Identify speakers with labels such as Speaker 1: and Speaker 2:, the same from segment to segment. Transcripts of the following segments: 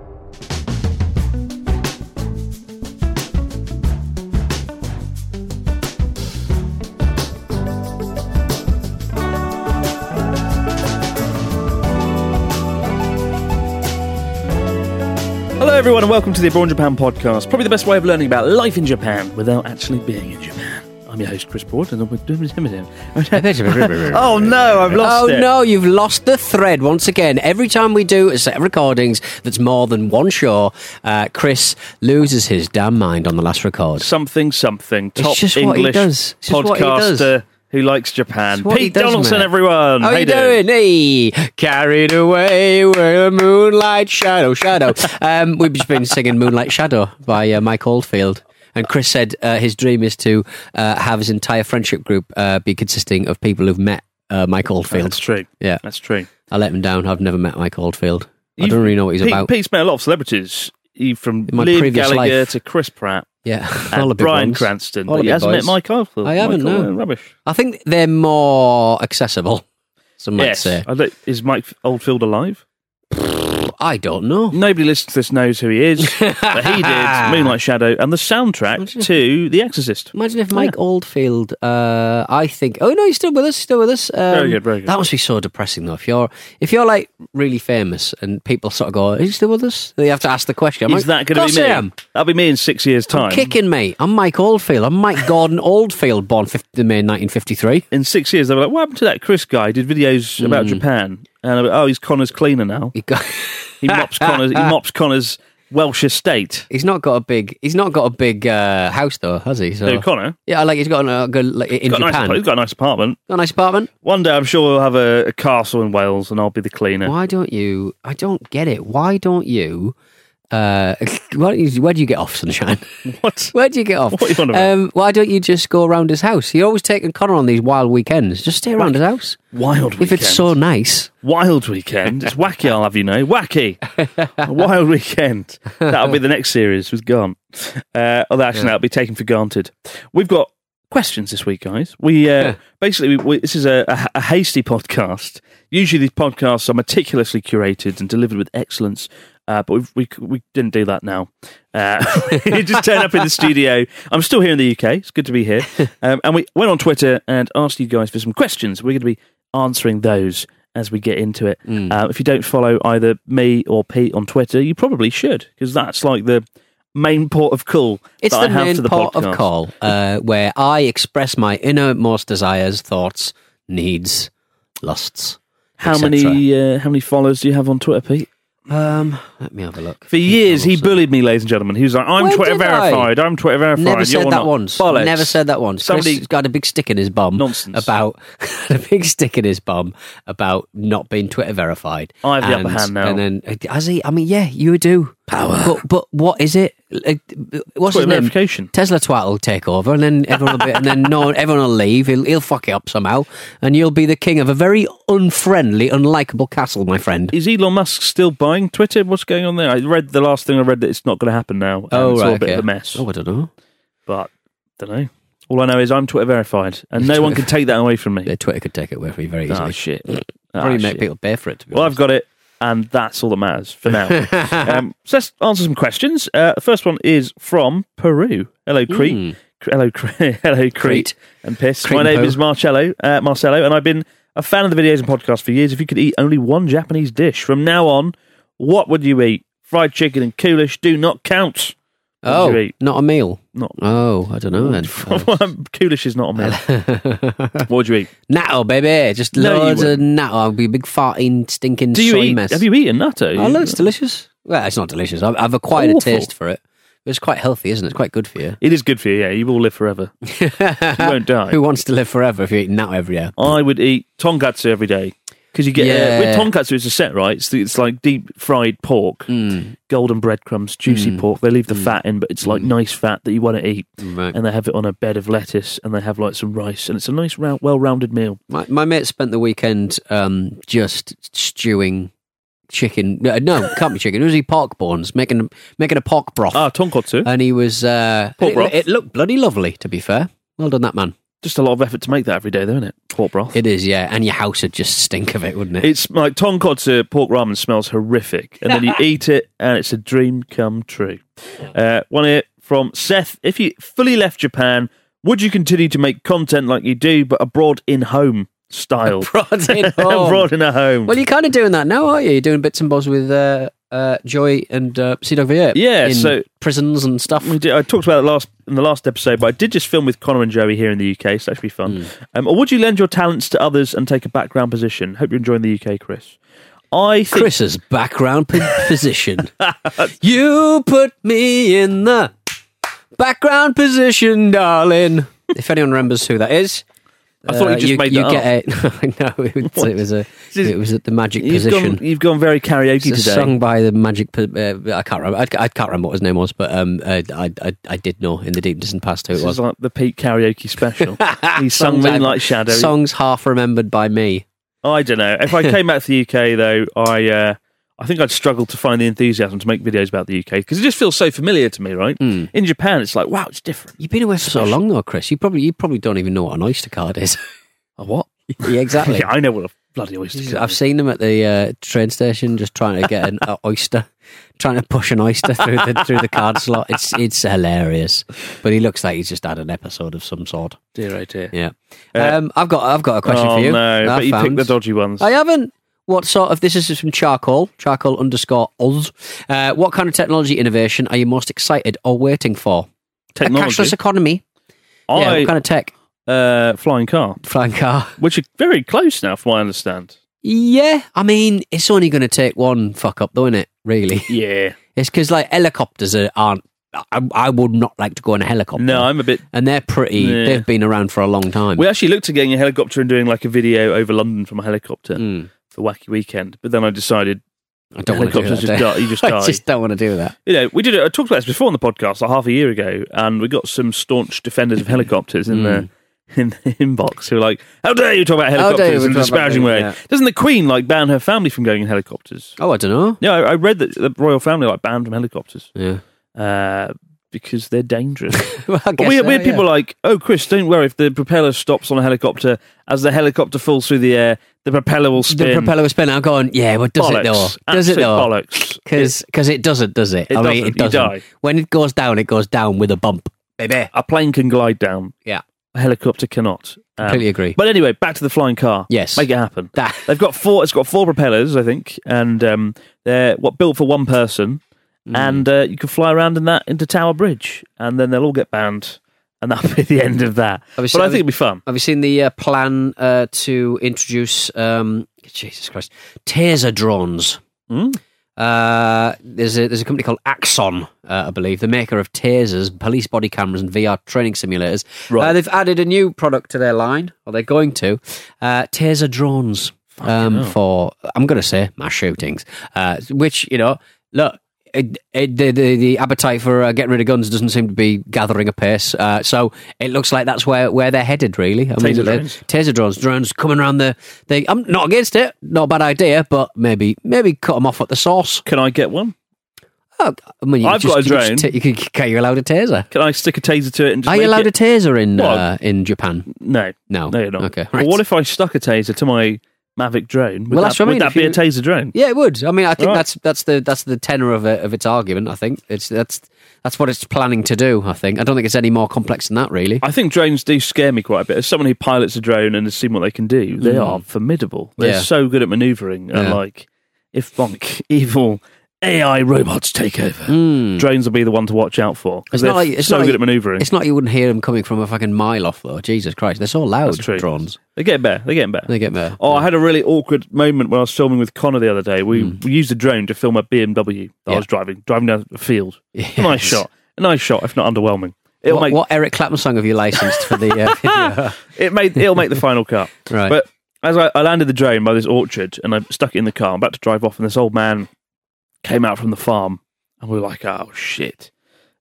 Speaker 1: Hello, everyone, and welcome to the Abroad in Japan podcast. Probably the best way of learning about life in Japan without actually being in Japan. I'm your host, Chris Broad, and I'm with Oh no, I've lost
Speaker 2: oh
Speaker 1: it.
Speaker 2: no, you've lost the thread once again. Every time we do a set of recordings that's more than one show, uh, Chris loses his damn mind on the last record.
Speaker 1: Something, something.
Speaker 2: It's
Speaker 1: Top
Speaker 2: just what he
Speaker 1: English
Speaker 2: does. It's just what he
Speaker 1: podcaster
Speaker 2: does.
Speaker 1: who likes Japan.
Speaker 2: It's what he
Speaker 1: Pete
Speaker 2: does,
Speaker 1: Donaldson,
Speaker 2: mate.
Speaker 1: everyone.
Speaker 2: How are you
Speaker 1: doing?
Speaker 2: doing? Hey, carried away where the moonlight shadow, shadow. um, we've just been singing "Moonlight Shadow" by uh, Mike Oldfield, and Chris said uh, his dream is to uh, have his entire friendship group uh, be consisting of people who've met uh, Mike Oldfield.
Speaker 1: That's true.
Speaker 2: Yeah.
Speaker 1: That's true.
Speaker 2: I let him down. I've never met Mike Oldfield. I
Speaker 1: You've-
Speaker 2: don't really know what he's
Speaker 1: Pete,
Speaker 2: about.
Speaker 1: Pete's met a lot of celebrities. He from
Speaker 2: In my
Speaker 1: Liam
Speaker 2: previous
Speaker 1: Gallagher
Speaker 2: life.
Speaker 1: to Chris Pratt
Speaker 2: Yeah, all the
Speaker 1: and
Speaker 2: big
Speaker 1: Brian
Speaker 2: ones.
Speaker 1: Cranston.
Speaker 2: All
Speaker 1: but
Speaker 2: the
Speaker 1: he
Speaker 2: big
Speaker 1: hasn't
Speaker 2: boys.
Speaker 1: met Mike Oldfield.
Speaker 2: I haven't,
Speaker 1: Michael,
Speaker 2: no.
Speaker 1: uh, Rubbish.
Speaker 2: I think they're more accessible. Some might
Speaker 1: yes.
Speaker 2: say.
Speaker 1: I don't- is Mike Oldfield alive?
Speaker 2: I don't know.
Speaker 1: Nobody listens to this knows who he is, but he did Moonlight Shadow and the soundtrack to The Exorcist.
Speaker 2: Imagine if Mike Oldfield. Uh, I think. Oh no, he's still with us. He's still with us. Um,
Speaker 1: Very good, very good.
Speaker 2: That must be so depressing though. If you're if you're like really famous and people sort of go, "Is he still with us?" They have to ask the question. I'm
Speaker 1: Is
Speaker 2: like,
Speaker 1: that going to
Speaker 2: "Course
Speaker 1: be me?
Speaker 2: I am.
Speaker 1: That'll be me in six years' time.
Speaker 2: Kicking me. I'm Mike Oldfield. I'm Mike Gordon Oldfield, born 15 May 1953.
Speaker 1: In six years, they'll be like, "What happened to that Chris guy? He did videos about Japan?" And I'll be, oh, he's Connor's cleaner now.
Speaker 2: Hmm. He got-
Speaker 1: He mops Connor's. He mops Connor's Welsh estate.
Speaker 2: He's not got a big. He's not got a big uh, house though, has he? So
Speaker 1: No, Connor.
Speaker 2: yeah, like he's got a good like, Oh. in
Speaker 1: Got a nice,
Speaker 2: Japan.
Speaker 1: apart- he's got a nice apartment.
Speaker 2: got a nice apartment.
Speaker 1: One day, I'm sure we'll have a, a castle in Wales, and I'll be the cleaner.
Speaker 2: Why don't you? I don't get it. Why don't you? Uh, why don't you- where do you get off, sunshine?
Speaker 1: What?
Speaker 2: Where do you get off?
Speaker 1: What are you on about?
Speaker 2: um, why don't you just go around his house? You're always taking Connor on these wild weekends. Just stay around his house.
Speaker 1: Wild
Speaker 2: If it's so nice,
Speaker 1: Wild Weekend. It's wacky, I'll have you know. Wacky. Wild Weekend. That'll be the next series with Gant. Uh, although, actually, that'll be taken for granted. We've got questions this week, guys. We uh,
Speaker 2: Yeah.
Speaker 1: basically, we, we, this is a, a, a hasty podcast. Usually, these podcasts are meticulously curated and delivered with excellence. Uh, but we've, we c- we didn't do that now. Uh, we just turned up in the studio. I'm still here in the UK. It's good to be here. Um, and we went on Twitter and asked you guys for some questions. We're going to be answering those as we get into it.
Speaker 2: Hmm.
Speaker 1: Uh, if you don't follow either me or Pete on Twitter, you probably should because that's like the main port of call
Speaker 2: it's
Speaker 1: that
Speaker 2: the
Speaker 1: I have
Speaker 2: main
Speaker 1: to the
Speaker 2: part
Speaker 1: podcast.
Speaker 2: of call uh, where I express my innermost desires, thoughts, needs, lusts.
Speaker 1: How
Speaker 2: etc..
Speaker 1: many uh, how many followers do you have on Twitter, Pete?
Speaker 2: Um, let me have a look.
Speaker 1: For years, he
Speaker 2: Donaldson.
Speaker 1: bullied me, ladies and gentlemen. He was like, "I'm
Speaker 2: When
Speaker 1: Twitter
Speaker 2: did I?
Speaker 1: verified. I'm Twitter verified.
Speaker 2: Never
Speaker 1: You're
Speaker 2: said that
Speaker 1: not."
Speaker 2: once.
Speaker 1: Bollocks.
Speaker 2: Never said that once.
Speaker 1: Somebody-
Speaker 2: Chris got a big stick in his bum.
Speaker 1: Nonsense.
Speaker 2: About a big stick in his bum about not being Twitter verified.
Speaker 1: I have the upper hand now.
Speaker 2: And then uh, has he? I mean, yeah, you do power. But, but what is it? Like,
Speaker 1: Twitter
Speaker 2: What's his name?
Speaker 1: verification.
Speaker 2: Tesla twat will take over, and then everyone will be, and then no, everyone will leave. He'll, he'll fuck it up somehow, and you'll be the king of a very unfriendly, unlikable castle, my friend.
Speaker 1: Is Elon Musk still buying Twitter? What's going on there? I read the last thing I read that it's not going to happen now. and it's all a bit
Speaker 2: Oh, okay.
Speaker 1: of a mess.
Speaker 2: Oh, I don't know.
Speaker 1: But don't know. All I know is I'm Twitter verified, and no one can take that away from me.
Speaker 2: Yeah, Twitter could take it away from you very easily.
Speaker 1: Ah, shit. Ah,
Speaker 2: Probably make
Speaker 1: shit.
Speaker 2: people pay for it. To be
Speaker 1: Well,
Speaker 2: honest.
Speaker 1: I've got it, and that's all that matters for now. um, so let's answer some questions. Uh, the first one is from Peru. Hello, Crete. Cre- Hello, Cre- hello, Crete.
Speaker 2: Hmm. Crete.
Speaker 1: and Piss.
Speaker 2: Crete
Speaker 1: My
Speaker 2: and
Speaker 1: name
Speaker 2: Poe.
Speaker 1: is Marcello, uh, Marcello, and I've been a fan of the videos and podcasts for years. If you could eat only one Japanese dish from now on, what would you eat? Fried chicken and coolish do not count. What would you
Speaker 2: Oh,
Speaker 1: eat?
Speaker 2: not a meal.
Speaker 1: Not-
Speaker 2: Oh, I don't know then. uh,
Speaker 1: coolish is not a meal. what would you eat?
Speaker 2: natto, baby. Just
Speaker 1: No, you
Speaker 2: loads of natto. I'll be a big farting, stinking
Speaker 1: Do you
Speaker 2: soy
Speaker 1: eat?
Speaker 2: mess.
Speaker 1: Have you eaten natto?
Speaker 2: Oh, look, it's delicious. Well, it's not delicious. I've, I've acquired
Speaker 1: Awful.
Speaker 2: a taste for it. It's quite healthy, isn't it? It's quite good for you.
Speaker 1: It is good for you. Yeah, you will live forever. you won't die.
Speaker 2: Who wants to live forever if you eat natto every year?
Speaker 1: I would eat tonkatsu every day because you get uh,
Speaker 2: Yeah.
Speaker 1: with tonkatsu. It's a set, right? It's, it's like deep fried pork,
Speaker 2: Hmm.
Speaker 1: golden breadcrumbs, juicy pork. They leave the fat in, but it's like nice fat that you want to eat.
Speaker 2: Right.
Speaker 1: And they have it on a bed of lettuce, and they have like some rice, and it's a nice, round, well-rounded meal.
Speaker 2: My, my mate spent the weekend um, just stewing chicken. No, no, it can't be chicken. It was he pork bones, making making a pork broth.
Speaker 1: Ah, tonkatsu.
Speaker 2: and he was. Uh,
Speaker 1: Pork
Speaker 2: it,
Speaker 1: broth.
Speaker 2: it looked bloody lovely, to be fair. Well done, that man.
Speaker 1: Just a lot of effort to make that every day, though, isn't it? Pork broth.
Speaker 2: It is, yeah. And your house would just stink of it, wouldn't it?
Speaker 1: it's like tonkatsu pork ramen smells horrific, and then you eat it, and it's a dream come true. Uh, one here from Seth: If you fully left Japan, would you continue to make content like you do, but abroad in home style?
Speaker 2: Brought it home.
Speaker 1: abroad in a home.
Speaker 2: Well, you're kind of doing that now, aren't you? You're doing bits and bobs with uh, uh, Joy and uh, Sea Dog Viet.
Speaker 1: Yeah,
Speaker 2: in
Speaker 1: so-
Speaker 2: prisons and stuff.
Speaker 1: We did, I talked about it last in the last episode, but I did just film with Connor and Joey here in the UK, so that should be fun.
Speaker 2: Hmm.
Speaker 1: Um, or would you lend your talents to others and take a background position? Hope you're enjoying the UK, Chris. I think
Speaker 2: Chris's background p- position. you put me in the background position, darling. If anyone remembers who that is, uh,
Speaker 1: I thought you just
Speaker 2: you,
Speaker 1: made
Speaker 2: you
Speaker 1: that up.
Speaker 2: get it. no, it was, it was a
Speaker 1: This is-
Speaker 2: it was at the magic
Speaker 1: You've
Speaker 2: position.
Speaker 1: gone, you've gone very karaoke
Speaker 2: It's a
Speaker 1: today.
Speaker 2: song by the Magic. Po- Uh, I can't remember. I, I can't remember what his name was, but um, uh, I, I I did know in the deep distant past who it
Speaker 1: This
Speaker 2: was.
Speaker 1: is like the peak karaoke special. he sung
Speaker 2: Songs I-
Speaker 1: Moonlight Shadow.
Speaker 2: Songs half remembered by me.
Speaker 1: I don't know. If I came out to the UK though, I uh, I think I'd struggle to find the enthusiasm to make videos about the UK because it just feels so familiar to me, right?
Speaker 2: Hmm.
Speaker 1: In Japan, it's like wow, it's different.
Speaker 2: You've been away for so long though, Chris. You probably you probably don't even know what an oyster card is.
Speaker 1: Oh, what?
Speaker 2: yeah, exactly.
Speaker 1: Yeah, I know what a bloody oyster. card
Speaker 2: I've
Speaker 1: is.
Speaker 2: seen them at the uh, train station, just trying to get an uh, oyster, trying to push an oyster through the through the card slot. It's it's hilarious, but he looks like he's just had an episode of some sort.
Speaker 1: dear, oh dear.
Speaker 2: Yeah, um, I've got I've got a question
Speaker 1: oh
Speaker 2: for you. Oh,
Speaker 1: no!
Speaker 2: that I
Speaker 1: but you picked
Speaker 2: found.
Speaker 1: the dodgy ones.
Speaker 2: I haven't. What sort of this is from charcoal? Charcoal underscore Oz. Uh, what kind of technology innovation are you most excited or waiting for? A
Speaker 1: Technology.
Speaker 2: cashless economy. yeah,
Speaker 1: I
Speaker 2: what kind of tech?
Speaker 1: uh, flying car,
Speaker 2: Flying car.
Speaker 1: which are very close now, from what I understand.
Speaker 2: Yeah, I mean, it's only going to take one fuck up, though, isn't it? Really,
Speaker 1: Yeah.
Speaker 2: it's because like helicopters are, aren't. I, I would not like to go in a helicopter.
Speaker 1: No, I'm a bit
Speaker 2: and they're pretty.
Speaker 1: Yeah.
Speaker 2: They've been around for a long time.
Speaker 1: We actually looked at getting a helicopter and doing like a video over London from a helicopter
Speaker 2: Hmm.
Speaker 1: for Wacky Weekend, but then I decided,
Speaker 2: I don't want to do that.
Speaker 1: helicopters just
Speaker 2: do I?
Speaker 1: die- you just
Speaker 2: I
Speaker 1: die.
Speaker 2: just don't want to do that.
Speaker 1: you know, we did it. I talked about this before on the podcast, like half a year ago, and we got some staunch defenders of helicopters in the in the inbox who were like, "How dare you talk about
Speaker 2: Hmm. How dare you
Speaker 1: helicopters in a
Speaker 2: talk about
Speaker 1: disparaging way?
Speaker 2: them, yeah.
Speaker 1: Doesn't the Queen like ban her family from going in helicopters?"
Speaker 2: Oh, I don't know.
Speaker 1: Yeah, I, I read that the royal family like banned from helicopters
Speaker 2: Yeah.
Speaker 1: uh, because they're dangerous.
Speaker 2: Well, I
Speaker 1: But
Speaker 2: guess
Speaker 1: we,
Speaker 2: so,
Speaker 1: we had people
Speaker 2: yeah.
Speaker 1: like, oh, Chris, don't worry. If the propeller stops on a helicopter, as the helicopter falls through the air, the propeller will spin.
Speaker 2: the propeller was spinning. I'm going, yeah, but does it
Speaker 1: Bollocks.
Speaker 2: though? Does it
Speaker 1: Absolute
Speaker 2: though?
Speaker 1: Bollocks.
Speaker 2: Because it doesn't, does it?
Speaker 1: It
Speaker 2: I
Speaker 1: doesn't.
Speaker 2: mean,
Speaker 1: You
Speaker 2: it doesn't.
Speaker 1: die.
Speaker 2: When it goes down, it goes down with a bump. Baby.
Speaker 1: A plane can glide down.
Speaker 2: Yeah.
Speaker 1: A helicopter cannot. Um,
Speaker 2: Completely agree.
Speaker 1: But anyway, back to the flying car.
Speaker 2: Yes.
Speaker 1: Make it happen.
Speaker 2: That-
Speaker 1: They've got four. It's got four propellers, I think, and um, they're what built for one person.
Speaker 2: Mm.
Speaker 1: And uh, you can fly around in that into Tower Bridge, and then they'll all get banned, and that'll be the end of that.
Speaker 2: Have you
Speaker 1: But
Speaker 2: seen-
Speaker 1: I
Speaker 2: have
Speaker 1: think
Speaker 2: you-
Speaker 1: it'd be fun.
Speaker 2: Have you seen the uh, plan uh, to introduce, um, Jesus Christ, taser drones? Uh, there's a there's a company called Axon, uh, I believe, the maker of tasers, police body cameras, and VR training simulators.
Speaker 1: Right.
Speaker 2: Uh, they've added a new product to their line, or they're going to uh, taser drones um, for I'm going to say mass shootings, uh, which you know, look. It, it, the, the the appetite for uh, getting rid of guns doesn't seem to be gathering apace, uh, so it looks like that's where, where they're headed. Really, I
Speaker 1: Taser
Speaker 2: mean, they're-
Speaker 1: drones.
Speaker 2: taser drones, drones coming around the. They, I'm not against it, not a bad idea, but maybe maybe cut them off at the source.
Speaker 1: Can I get one?
Speaker 2: Oh, I mean, you
Speaker 1: I've
Speaker 2: just,
Speaker 1: got a
Speaker 2: you just
Speaker 1: drone.
Speaker 2: ta- you can, you allowed a taser?
Speaker 1: Can I stick a taser to it and just
Speaker 2: Are you
Speaker 1: make
Speaker 2: allowed
Speaker 1: it-
Speaker 2: a taser in
Speaker 1: Well,
Speaker 2: uh, in Japan?
Speaker 1: No.
Speaker 2: No.
Speaker 1: No, you're not.
Speaker 2: Okay,
Speaker 1: But
Speaker 2: right.
Speaker 1: what if I stuck a taser to my Mavic drone, would
Speaker 2: Well,
Speaker 1: that,
Speaker 2: that's what I
Speaker 1: would
Speaker 2: mean,
Speaker 1: that
Speaker 2: if
Speaker 1: be a
Speaker 2: you-
Speaker 1: taser drone?
Speaker 2: Yeah, it would. I mean, I think
Speaker 1: Right.
Speaker 2: that's that's the that's the tenor of it, of its argument. I think it's that's that's what it's planning to do. I think I don't think it's any more complex than that, really.
Speaker 1: I think drones do scare me quite a bit. As someone who pilots a drone and has seen what they can do, they
Speaker 2: Mm.
Speaker 1: are formidable. They're
Speaker 2: Yeah.
Speaker 1: so good at manoeuvring and
Speaker 2: Yeah.
Speaker 1: like, if bonk, evil AI robots take over, drones will be the one to watch out for. 'cause
Speaker 2: Hmm. It's
Speaker 1: they're
Speaker 2: not like- it's
Speaker 1: so
Speaker 2: not
Speaker 1: good
Speaker 2: like-
Speaker 1: at manoeuvring.
Speaker 2: It's not you wouldn't hear them coming from a fucking mile off though. Jesus Christ, they're so loud.
Speaker 1: That's true.
Speaker 2: Drones.
Speaker 1: They're getting better. They're getting better.
Speaker 2: They get there.
Speaker 1: Oh, I had a really awkward moment when I was filming with Connor the other day. We, we used a drone to film a BMW that I
Speaker 2: Hmm. Yeah.
Speaker 1: was driving, driving down a field.
Speaker 2: Yes.
Speaker 1: A nice shot. A nice shot, if not underwhelming. It'll
Speaker 2: What,
Speaker 1: make
Speaker 2: what Eric Clapton song have you licensed for the uh, video?
Speaker 1: it made it'll make the final cut.
Speaker 2: Right.
Speaker 1: But as I, I landed the drone by this orchard and I stuck it in the car, I'm about to drive off, and this old man came out from the farm, and we were like, "Oh shit!"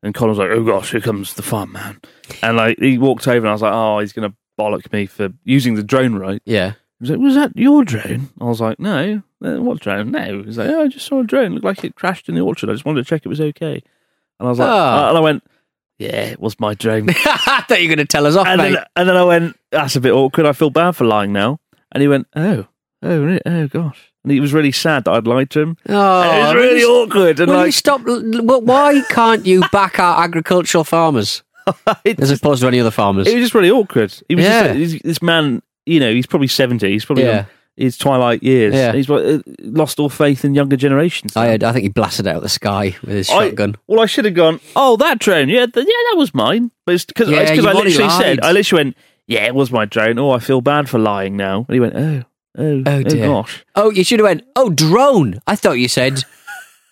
Speaker 1: And Colin's like, "Oh gosh, here comes the farm man," and like he walked over, and I was like, "Oh, he's gonna bollock me for using the drone right."
Speaker 2: Yeah.
Speaker 1: He was like, "Was that your drone?" I was like, "No, Uh, what drone? No." He's like, "Oh, I just saw a drone. Looked like it crashed in the orchard. I just wanted to check it was okay." And I was like,
Speaker 2: Ah.
Speaker 1: uh, and I went, "Yeah, it was my drone."
Speaker 2: I thought you were going to tell us off,
Speaker 1: and
Speaker 2: mate.
Speaker 1: then, and then I went, that's a bit awkward. I feel bad for lying now. And he went, oh, oh, re- oh, gosh. And he was really sad that I'd lied to him.
Speaker 2: oh,
Speaker 1: And it was really
Speaker 2: will you-
Speaker 1: awkward. And
Speaker 2: Will you
Speaker 1: like,
Speaker 2: stop? l- l- Why can't you back our agricultural farmers
Speaker 1: it,
Speaker 2: as opposed to any other farmers?
Speaker 1: it was just really awkward. He was
Speaker 2: Yeah.
Speaker 1: just, he's- this man, you know, he's probably 70. He's probably
Speaker 2: Yeah.
Speaker 1: in his twilight years.
Speaker 2: Yeah.
Speaker 1: He's like, uh, lost all faith in younger generations.
Speaker 2: I,
Speaker 1: now.
Speaker 2: I think he blasted out of the sky with his
Speaker 1: I-
Speaker 2: shotgun.
Speaker 1: well, I should have gone. Oh, that drone. Yeah, th- yeah, that was mine. But it's because
Speaker 2: Yeah, you've
Speaker 1: I
Speaker 2: already
Speaker 1: literally said.
Speaker 2: lied.
Speaker 1: I literally went. Yeah, it was my drone. Oh, I feel bad for lying now. And he went. Oh, oh,
Speaker 2: Oh, dear.
Speaker 1: gosh.
Speaker 2: Oh, you should have went. Oh, drone. I thought you said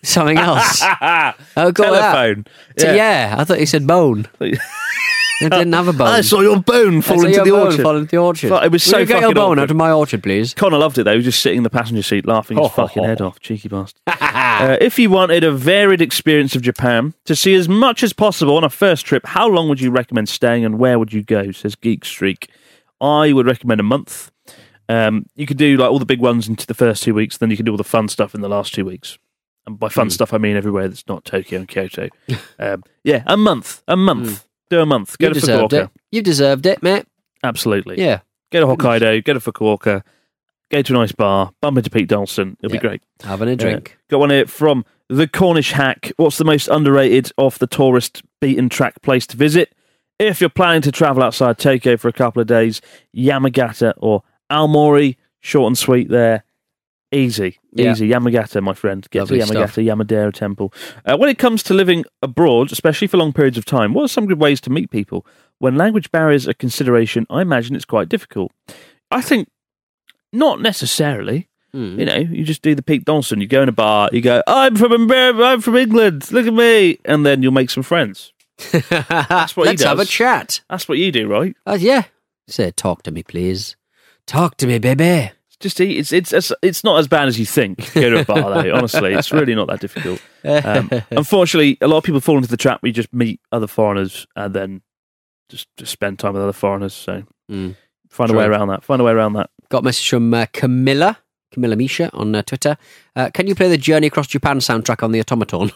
Speaker 2: something else. Oh, go with that.
Speaker 1: Telephone.
Speaker 2: So, yeah. I thought you said bone. I didn't have a bone.
Speaker 1: I saw your bone
Speaker 2: I
Speaker 1: fall
Speaker 2: saw
Speaker 1: into
Speaker 2: your
Speaker 1: the
Speaker 2: bone
Speaker 1: orchard.
Speaker 2: Fall into the orchard.
Speaker 1: Fuck, it was
Speaker 2: Will
Speaker 1: so
Speaker 2: you get your
Speaker 1: fucking
Speaker 2: bone
Speaker 1: awkward.
Speaker 2: out of my orchard, please.
Speaker 1: Connor loved it though. He was just sitting in the passenger seat laughing his
Speaker 2: Ho, ho,
Speaker 1: fucking
Speaker 2: ho.
Speaker 1: head off. Cheeky bastard. uh, if you wanted a varied experience of Japan to see as much as possible on a first trip, how long would you recommend staying and where would you go? Says Geek Streak. I would recommend a month. Um, you could do like all the big ones into the first two weeks, then you can do all the fun stuff in the last two weeks. And by fun stuff, I mean everywhere that's not Tokyo and Kyoto. um, yeah, a month, a month, do a month. Go
Speaker 2: you
Speaker 1: to
Speaker 2: deserved
Speaker 1: Fukuoka,
Speaker 2: it. You deserved it, mate.
Speaker 1: absolutely.
Speaker 2: Yeah,
Speaker 1: Go to Hokkaido, go to Fukuoka, go to a nice bar, bump into Pete Donaldson. It'll
Speaker 2: Yeah.
Speaker 1: be great.
Speaker 2: having a drink.
Speaker 1: Uh, got one here from the Cornish Hack. What's the most underrated off the tourist beaten track place to visit? If you're planning to travel outside Tokyo for a couple of days, Yamagata or Aomori, short and sweet there. Easy,
Speaker 2: Yeah.
Speaker 1: easy. Yamagata, my friend. Get
Speaker 2: Lovely
Speaker 1: to Yamagata,
Speaker 2: stuff.
Speaker 1: Yamadera Temple. Uh, when it comes to living abroad, especially for long periods of time, what are some good ways to meet people? When language barriers are a consideration, I imagine it's quite difficult. I think not necessarily. You know, you just do the Pete Donaldson. You go in a bar. You go, I'm from America. I'm from England. Look at me, and then you'll make some friends.
Speaker 2: That's
Speaker 1: what he
Speaker 2: Let's have a
Speaker 1: does.
Speaker 2: chat.
Speaker 1: That's what you do, right?
Speaker 2: Uh, yeah. Say, talk to me, please. Talk to me, baby.
Speaker 1: It's just eat. It's it's it's, it's not as bad as you think. Go to a bar, though. Honestly, it's really not that difficult. Um, unfortunately, a lot of people fall into the trap where you just meet other foreigners and then just just spend time with other foreigners. So
Speaker 2: Mm.
Speaker 1: find a
Speaker 2: True.
Speaker 1: way around that. Find a way around that.
Speaker 2: Got a message from uh, Camilla, Camilla Misha on uh, Twitter. Uh, can you play the Journey Across Japan soundtrack on the automaton?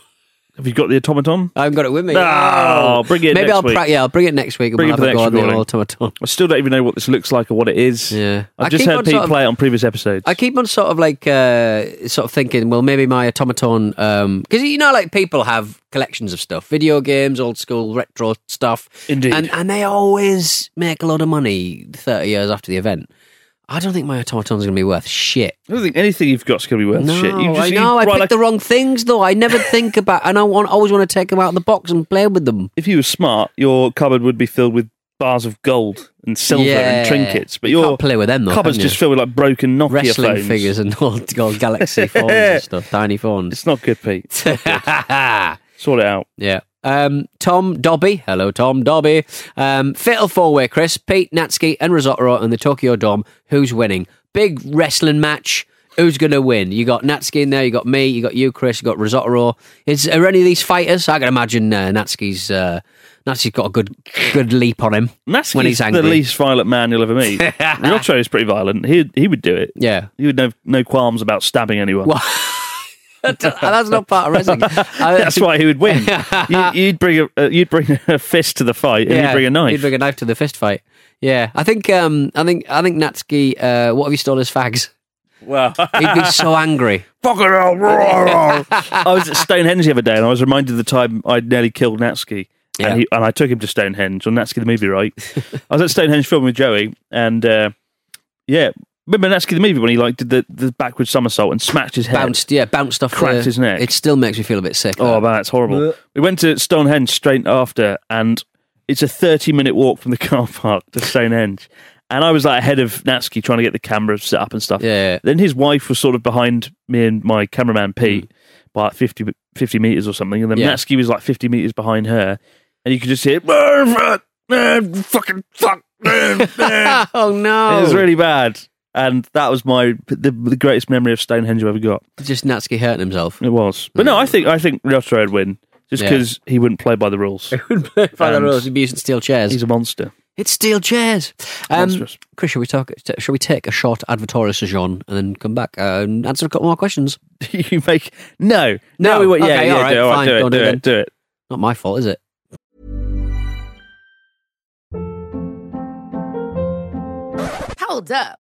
Speaker 1: Have you got the automaton?
Speaker 2: I haven't got it with me.
Speaker 1: No,
Speaker 2: Oh.
Speaker 1: bring it
Speaker 2: Maybe
Speaker 1: next
Speaker 2: I'll
Speaker 1: week.
Speaker 2: pra- yeah, I'll bring it next week. and
Speaker 1: Bring
Speaker 2: we'll
Speaker 1: it for the
Speaker 2: have a go
Speaker 1: next
Speaker 2: on the
Speaker 1: recording.
Speaker 2: automaton.
Speaker 1: I still don't even know what this looks like or what it is.
Speaker 2: Yeah.
Speaker 1: I've
Speaker 2: I
Speaker 1: just
Speaker 2: keep
Speaker 1: heard
Speaker 2: on
Speaker 1: Pete
Speaker 2: sort of-
Speaker 1: play it on previous episodes.
Speaker 2: I keep on sort of like uh, sort of thinking, well, maybe my automaton, because you know, like people have collections of stuff, video games, old school retro stuff,
Speaker 1: Indeed.
Speaker 2: and and they always make a lot of money thirty years after the event. I don't think my automaton's going to be worth shit.
Speaker 1: I don't think anything you've got's going to be worth
Speaker 2: no,
Speaker 1: shit. You just,
Speaker 2: I
Speaker 1: you
Speaker 2: know I
Speaker 1: write
Speaker 2: picked
Speaker 1: like-
Speaker 2: the wrong things though. I never think about, and I want always want to take them out of the box and play with them.
Speaker 1: If you were smart, your cupboard would be filled with bars of gold and silver
Speaker 2: Yeah.
Speaker 1: and trinkets. But
Speaker 2: You
Speaker 1: your
Speaker 2: can't play with them, though,
Speaker 1: cupboard's
Speaker 2: can you?
Speaker 1: just filled with like broken Nokia
Speaker 2: Wrestling
Speaker 1: phones.
Speaker 2: figures and old, old Galaxy phones and stuff, tiny phones.
Speaker 1: It's not good, Pete. Sort it out.
Speaker 2: Yeah. Um, Tom Dobby. Hello, Tom Dobby. Um, fatal four way, Chris, Pete, Natsuki, and Risotto in the Tokyo Dome. Who's winning? Big wrestling match. Who's going to win? You got Natsuki in there, you got me, you got you, Chris, you got Risotto. Is are any of these fighters? I can imagine uh, Natsuki's. Uh, Natsuki's got a good good leap on him
Speaker 1: Natsuki's
Speaker 2: when he's angry.
Speaker 1: the least violent man you'll ever meet. Rotro is pretty violent. He he would do it.
Speaker 2: Yeah.
Speaker 1: He would have no qualms about stabbing anyone.
Speaker 2: That's not part of wrestling. I-
Speaker 1: That's why he would win. you, you'd bring a uh, you'd bring a fist to the fight, and you'd bring a
Speaker 2: He'd
Speaker 1: knife.
Speaker 2: bring a knife to the fist fight. Yeah, I think um, I think I think Natsuki. Uh, what have you stole his fags?
Speaker 1: Wow.
Speaker 2: He'd be so angry.
Speaker 1: Fucking hell. roar, roar. I was at Stonehenge the other day and I was reminded of the time I nearly killed Natsuki.
Speaker 2: Yeah.
Speaker 1: And, he, and I took him to Stonehenge on Natsuki the movie, right? I was at Stonehenge filming with Joey and uh, yeah, remember Natsuki the movie when he like did the, the backward somersault and smashed his head?
Speaker 2: Bounced, yeah, bounced off
Speaker 1: Cracked
Speaker 2: the-
Speaker 1: his neck.
Speaker 2: It still makes me feel a bit sick.
Speaker 1: Oh
Speaker 2: that.
Speaker 1: man, it's horrible. We went to Stonehenge straight after, and it's a thirty-minute walk from the car park to Stonehenge. And I was like ahead of Natsuki trying to get the camera set up and stuff.
Speaker 2: Yeah.
Speaker 1: Then his wife was sort of behind me and my cameraman Pete by like 50, 50 meters or something, and then
Speaker 2: Mm. Yeah.
Speaker 1: Natsuki was like fifty meters behind her, and you could just hear "Brr, fuck, brr, fucking fuck. brr, brr."
Speaker 2: Oh no!
Speaker 1: it was really bad. And that was my the, the greatest memory of Stonehenge I've ever got.
Speaker 2: just Natsuki hurting himself.
Speaker 1: It was, but no, I think I think Ryotaro would win just
Speaker 2: Yeah.
Speaker 1: because he wouldn't play by the rules.
Speaker 2: Father
Speaker 1: And-
Speaker 2: Rose, he'd be using Um, steel chairs.
Speaker 1: He's a monster.
Speaker 2: It's steel chairs. Um,
Speaker 1: Monstrous.
Speaker 2: Chris, shall we talk? t- Shall we take a short advertorial sojourn and then come back uh, and answer a couple more questions?
Speaker 1: you make no,
Speaker 2: No.
Speaker 1: we won't- yeah,
Speaker 2: Okay,
Speaker 1: yeah,
Speaker 2: all right,
Speaker 1: do, it, all
Speaker 2: fine,
Speaker 1: right, do
Speaker 2: go
Speaker 1: it,
Speaker 2: on
Speaker 1: do
Speaker 2: it
Speaker 1: it,
Speaker 2: then.
Speaker 1: do it.
Speaker 2: Not my fault, is it?
Speaker 3: Hold up.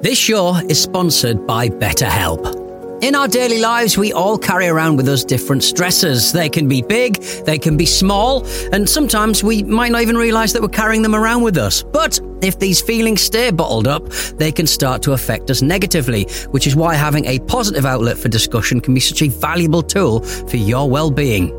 Speaker 4: This show is sponsored by BetterHelp. In our daily lives, we all carry around with us different stressors. They can be big, they can be small, and sometimes we might not even realize that we're carrying them around with us. But if these feelings stay bottled up, they can start to affect us negatively, which is why having a positive outlet for discussion can be such a valuable tool for your well-being.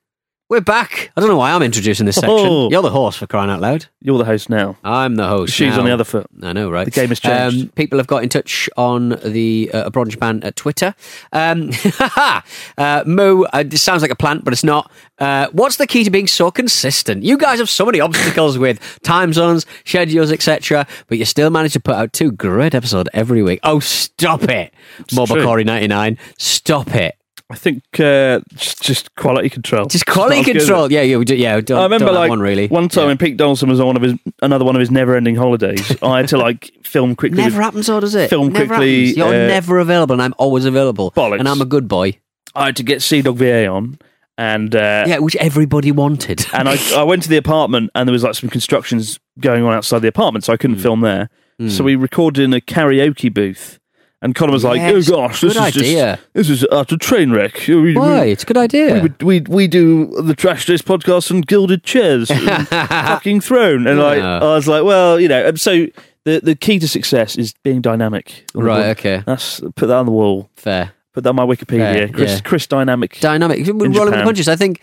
Speaker 2: we're back. I don't know why I'm introducing this section.
Speaker 1: Oh.
Speaker 2: You're the horse for crying out loud.
Speaker 1: You're the host now.
Speaker 2: I'm the host.
Speaker 1: Shoes
Speaker 2: Ah, now.
Speaker 1: on the other foot.
Speaker 2: I know, right? Um,
Speaker 1: The game has changed.
Speaker 2: people have got in touch on the uh, Abroad in Japan at Twitter. Um, uh, Mo, uh, this sounds like a plant, but it's not. Uh, what's the key to being so consistent? You guys have so many obstacles with time zones, schedules, etc., but you still manage to put out two great episodes every week. Oh, stop it,
Speaker 1: true.
Speaker 2: Mobacori ninety nine. Stop it.
Speaker 1: I think uh, just, just quality control.
Speaker 2: Just
Speaker 1: It's
Speaker 2: quality
Speaker 1: not good.
Speaker 2: control. Yeah, yeah, we do, yeah. Don't,
Speaker 1: I remember
Speaker 2: don't have
Speaker 1: like
Speaker 2: one really.
Speaker 1: one time when Pete Donaldson was on one of his another one of his never-ending holidays. I had to like film quickly.
Speaker 2: Never
Speaker 1: with-
Speaker 2: happens, or does it?
Speaker 1: Film
Speaker 2: never
Speaker 1: quickly.
Speaker 2: Happens. You're
Speaker 1: uh,
Speaker 2: never available, and I'm always available.
Speaker 1: Bollocks.
Speaker 2: And I'm a good boy.
Speaker 1: I had to get Sea Dog VA on, and uh,
Speaker 2: Yeah, which everybody wanted.
Speaker 1: and I, I went to the apartment and there was like some constructions going on outside the apartment, so I
Speaker 2: Hmm.
Speaker 1: couldn't film there. So we recorded in a karaoke booth. And Connor was like,
Speaker 2: Yes,
Speaker 1: "Oh gosh, this
Speaker 2: good
Speaker 1: is
Speaker 2: idea.
Speaker 1: just this is utter train wreck." We- we-
Speaker 2: Why? It's a good
Speaker 1: We,
Speaker 2: idea.
Speaker 1: would- we we do the trash days podcast on gilded chairs, and fucking throne, and like
Speaker 2: Yeah.
Speaker 1: I was like, well, you know, and so the the key to success is being dynamic.
Speaker 2: Right, okay.
Speaker 1: That's put that on the wall.
Speaker 2: Fair.
Speaker 1: Put that on my Wikipedia.
Speaker 2: Fair,
Speaker 1: Chris
Speaker 2: yeah.
Speaker 1: Chris Dynamic.
Speaker 2: Dynamic. Rolling with the
Speaker 1: Japan.
Speaker 2: punches. I think.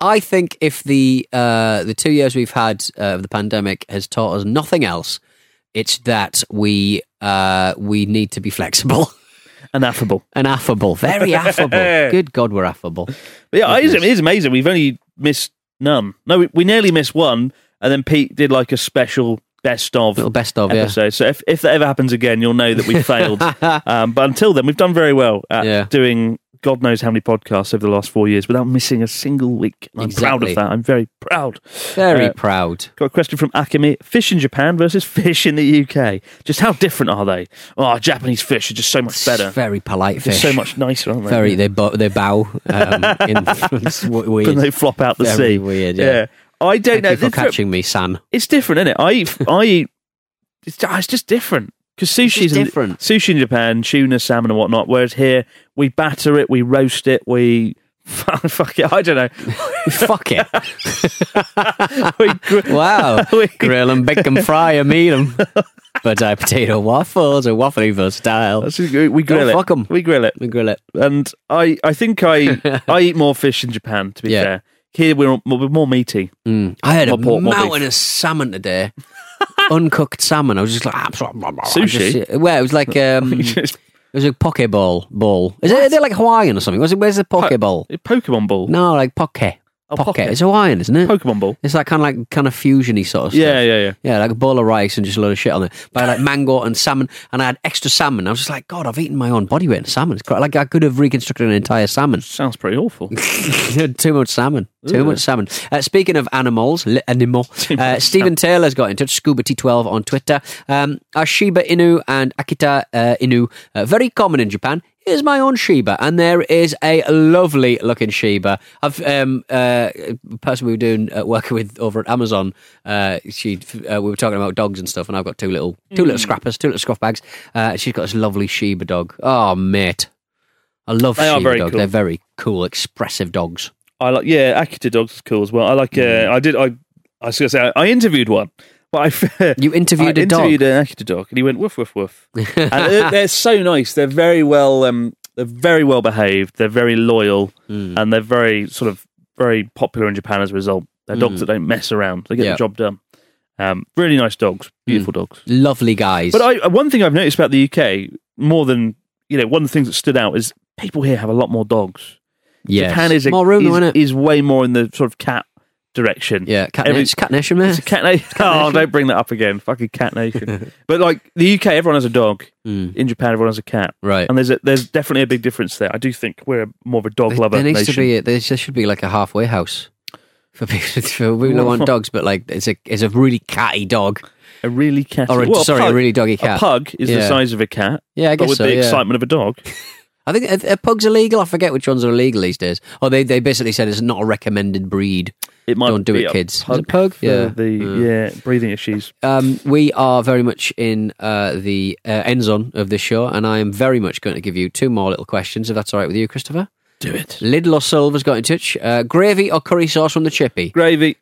Speaker 2: I think if the uh, the two years we've had uh, of the pandemic has taught us nothing else, it's that we uh, we need to be flexible
Speaker 1: and affable.
Speaker 2: and affable. Very affable. Good God, we're affable.
Speaker 1: But yeah, it is, it is amazing. We've only missed none. No, we, we nearly missed one, and then Pete did like a special best of
Speaker 2: Little best of, yeah.
Speaker 1: episode. So if, if that ever happens again, you'll know that we failed. um, but until then, we've done very well at
Speaker 2: Yeah.
Speaker 1: doing God knows how many podcasts over the last four years without missing a single week. I'm proud
Speaker 2: Exactly.
Speaker 1: of that. I'm very proud.
Speaker 2: Very
Speaker 1: Uh,
Speaker 2: proud.
Speaker 1: Got a question from Akemi. Fish in Japan versus fish in the UK. Just how different are they? Oh, Japanese fish are just so much better.
Speaker 2: Very polite
Speaker 1: They're
Speaker 2: fish.
Speaker 1: so much nicer, aren't they?
Speaker 2: Very. They bow. They bow. Um, in, it's w- weird.
Speaker 1: Then they flop out the
Speaker 2: Very
Speaker 1: sea.
Speaker 2: weird, yeah.
Speaker 1: I don't
Speaker 2: Thank
Speaker 1: know.
Speaker 2: you for
Speaker 1: It's-
Speaker 2: catching me, San.
Speaker 1: It's different, isn't it? I eat, I eat. It's, ah, it's just different because sushi's
Speaker 2: just
Speaker 1: in-
Speaker 2: different.
Speaker 1: sushi in Japan, tuna, salmon, and whatnot. Whereas here, we batter it, we roast it, we fuck it. I don't know.
Speaker 2: Fuck it.
Speaker 1: we gr-
Speaker 2: Wow.
Speaker 1: We-
Speaker 2: Grill them, bake them, fry them, eat them. But I potato waffles or waffle eaver style.
Speaker 1: That's just- we we grill it.
Speaker 2: fuck 'em.
Speaker 1: We grill it.
Speaker 2: We grill it.
Speaker 1: And I, I think I, I eat more fish in Japan. To be
Speaker 2: Yeah.
Speaker 1: fair, here we're more, we're more meaty.
Speaker 2: Mm. I had a
Speaker 1: More pork, more beef.
Speaker 2: mountain of salmon today. Uncooked salmon. I was just like, ah, blah, blah, blah. I
Speaker 1: Sushi?
Speaker 2: just- well, it was like um, it
Speaker 1: It's
Speaker 2: was a poke ball. Ball. Is it? They're like Hawaiian or something. Was it? Where's the poke
Speaker 1: po-
Speaker 2: ball?
Speaker 1: Pokemon ball.
Speaker 2: No, like poke.
Speaker 1: Oh,
Speaker 2: Poke.
Speaker 1: poke.
Speaker 2: It's Hawaiian, isn't it?
Speaker 1: Pokemon ball.
Speaker 2: It's like kind of like kind of fusiony sort of stuff.
Speaker 1: Yeah, yeah, yeah.
Speaker 2: Yeah, like a bowl of rice and just a load of shit on it. But I had like mango and salmon, and I had extra salmon. I was just like, God, I've eaten my own body weight in salmon. It's cra- like I could have reconstructed an entire salmon.
Speaker 1: Sounds pretty awful.
Speaker 2: Too much salmon. Too much salmon. Uh, speaking of animals, li- animal, uh, Stephen Taylor's got in touch, Scuba T12 on Twitter. Um, are Shiba Inu and Akita uh, Inu uh, very common in Japan? Here's my own Shiba, and there is a lovely looking Shiba. I've um, uh, a person we were doing uh, working with over at Amazon. Uh, she uh, we were talking about dogs and stuff, and I've got two little two little scrappers, two little scruff bags. Uh, she's got this lovely Shiba dog. Oh mate, I love
Speaker 1: They are
Speaker 2: Shiba
Speaker 1: very
Speaker 2: dogs.
Speaker 1: cool.
Speaker 2: They're very cool, expressive dogs.
Speaker 1: I like yeah, Akita dogs is cool as well. I like.
Speaker 2: Mm.
Speaker 1: Uh, I did. I I was gonna say I, I interviewed one, but I
Speaker 2: You interviewed
Speaker 1: I
Speaker 2: a dog?
Speaker 1: interviewed an Akita dog, and he went woof woof woof. and they're, they're so nice. They're very well. Um, they're very well behaved. They're very loyal,
Speaker 2: Mm.
Speaker 1: and they're very sort of very popular in Japan as a result. They're dogs that don't mess around. They get
Speaker 2: Mm. Yeah. Mm.
Speaker 1: the job done. Um, really nice dogs. Beautiful dogs.
Speaker 2: Lovely guys.
Speaker 1: But I, uh, one thing I've noticed about the UK, more than you know, one of the things that stood out is people here have a lot more dogs.
Speaker 2: yes.
Speaker 1: Japan is, a,
Speaker 2: more room,
Speaker 1: is,
Speaker 2: isn't it?
Speaker 1: is way more in the sort of cat direction.
Speaker 2: yeah, cat
Speaker 1: Every-
Speaker 2: nation, cat nation, mate.
Speaker 1: It's a cat nation. oh, don't bring that up again. Fucking cat nation. but like the UK, everyone has a dog.
Speaker 2: Mm.
Speaker 1: In Japan, everyone has a cat.
Speaker 2: Right.
Speaker 1: And there's a, there's definitely a big difference there. I do think we're more of a dog
Speaker 2: There-
Speaker 1: lover
Speaker 2: there needs
Speaker 1: nation.
Speaker 2: to be there there should be like a halfway house for people, for people who want dogs, but like it's a it's a really catty dog.
Speaker 1: a really cat.
Speaker 2: Or a- sorry, a really doggy cat.
Speaker 1: A pug is the
Speaker 2: Yeah.
Speaker 1: size of a cat.
Speaker 2: Yeah, I
Speaker 1: but
Speaker 2: guess
Speaker 1: with
Speaker 2: so,
Speaker 1: the
Speaker 2: yeah.
Speaker 1: excitement of a dog.
Speaker 2: I think are, are pugs illegal. I forget which ones are illegal these days. Or they they basically said it's not a recommended breed.
Speaker 1: It might
Speaker 2: Don't do
Speaker 1: be
Speaker 2: it,
Speaker 1: a
Speaker 2: kids. Mm. Is it
Speaker 1: Pug
Speaker 2: pug?
Speaker 1: for
Speaker 2: Yeah.
Speaker 1: The yeah breathing issues.
Speaker 2: Um, we are very much in uh, the uh, end zone of this show, and I am very much going to give you two more little questions, if that's all right with you, Christopher.
Speaker 1: Do it.
Speaker 2: Lidl or Silver's got in touch. Uh, gravy or curry sauce from the chippy?
Speaker 1: Gravy.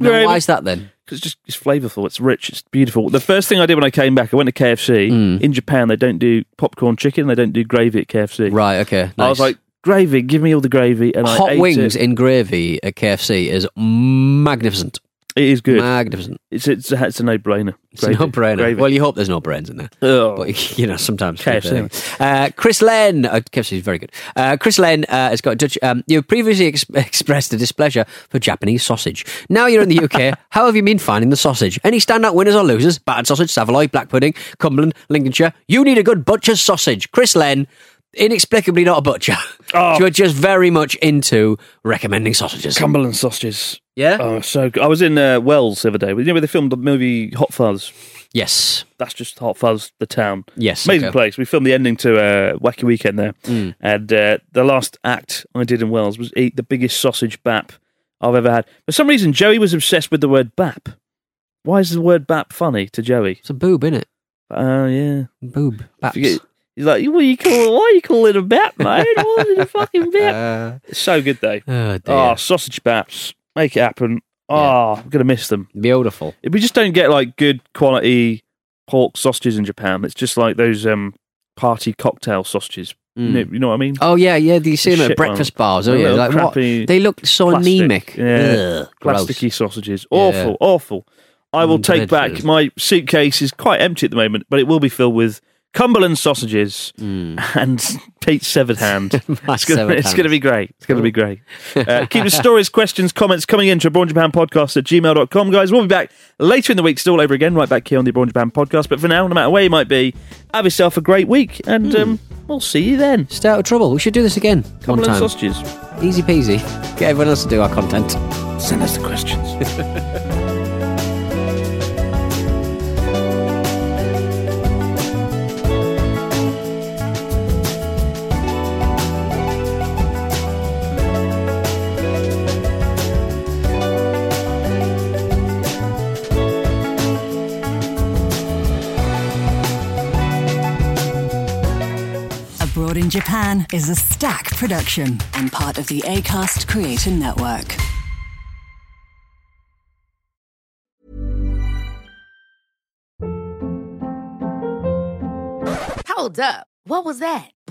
Speaker 2: Now,
Speaker 1: Gravy.
Speaker 2: why is that then?
Speaker 1: 'Cause it's just it's flavourful. It's rich. It's beautiful. The first thing I did when I came back, I went to KFC.
Speaker 2: Mm.
Speaker 1: In Japan, they don't do popcorn chicken. They don't do gravy at KFC.
Speaker 2: Right, okay.
Speaker 1: I was
Speaker 2: nice.
Speaker 1: like, gravy. Give me all the gravy. And I
Speaker 2: hot
Speaker 1: ate
Speaker 2: wings
Speaker 1: It.
Speaker 2: in gravy at KFC is magnificent.
Speaker 1: it is good.
Speaker 2: Magnificent.
Speaker 1: It's it's a, it's a no brainer.
Speaker 2: It's no brainer. Well, you hope there's no brains in there.
Speaker 1: Oh.
Speaker 2: But, you know, sometimes.
Speaker 1: KFC.
Speaker 2: Anyway. Uh, Chris Len, uh, KFC is very good. Uh, Chris Len uh, has got in touch. Um, you previously ex- expressed a displeasure for Japanese sausage. Now you're in the UK. how have you been finding the sausage? Any standout winners or losers? Battered sausage, Savoy, black pudding, Cumberland, Lincolnshire. You need a good butcher's sausage. Chris Len, inexplicably not a butcher.
Speaker 1: Oh.
Speaker 2: You're just very much into recommending sausages.
Speaker 1: Cumberland sausages.
Speaker 2: Yeah?
Speaker 1: Oh, so good. I was in uh, Wells the other day. You know where they filmed the movie Hot Fuzz.
Speaker 2: Yes.
Speaker 1: That's just Hot Fuzz, the town.
Speaker 2: Yes,
Speaker 1: amazing
Speaker 2: okay. Mm.
Speaker 1: place. We filmed the ending to uh, Wacky Weekend there, and uh, the last act I did in Wells was eat the biggest sausage bap I've ever had. For some reason, Joey was obsessed with the word bap. Why is the word bap funny to Joey?
Speaker 2: It's a boob, innit?
Speaker 1: Oh yeah,
Speaker 2: Boob. Baps.
Speaker 1: Forget- He's like, what you call? Why you call it a bap, mate? What is it a fucking bap?
Speaker 2: Uh,
Speaker 1: It's so good though.
Speaker 2: oh, dear.
Speaker 1: Ah, sausage baps. Make it happen. Ah, I'm gonna miss them.
Speaker 2: Beautiful.
Speaker 1: We just don't get like good quality pork sausages in Japan. It's just like those um, party cocktail sausages. You, know, you know what I mean?
Speaker 2: Oh yeah, yeah. You see them
Speaker 1: Shit
Speaker 2: at breakfast
Speaker 1: ones.
Speaker 2: bars, don't you?
Speaker 1: Little
Speaker 2: Like what?
Speaker 1: crappy
Speaker 2: They look so
Speaker 1: plastic,
Speaker 2: anemic.
Speaker 1: Yeah,
Speaker 2: Ugh, gross. Mm,
Speaker 1: plasticky sausages. Awful, awful. I will take
Speaker 2: Dreadful.
Speaker 1: back my suitcase is quite empty at the moment, but it will be filled with Cumberland sausages
Speaker 2: Mm.
Speaker 1: and Pete's severed hand.
Speaker 2: My
Speaker 1: it's going
Speaker 2: severed hand.
Speaker 1: to be great. It's going to be great. Uh, keep the stories, questions, comments coming in to Podcast at gmail.com, guys. We'll be back later in the week, still all over again, right back here on the Braun Japan podcast. But for now, no matter where you might be, have yourself a great week and
Speaker 2: Hmm.
Speaker 1: um, we'll see you then.
Speaker 2: Stay out of trouble. We should do this again one
Speaker 1: Cumberland
Speaker 2: time.
Speaker 1: sausages.
Speaker 2: Easy peasy. Get everyone else to do our content.
Speaker 1: Send us the questions.
Speaker 5: Abroad in Japan is a stack production and part of the ACAST Creator Network.
Speaker 3: Hold up. What was that?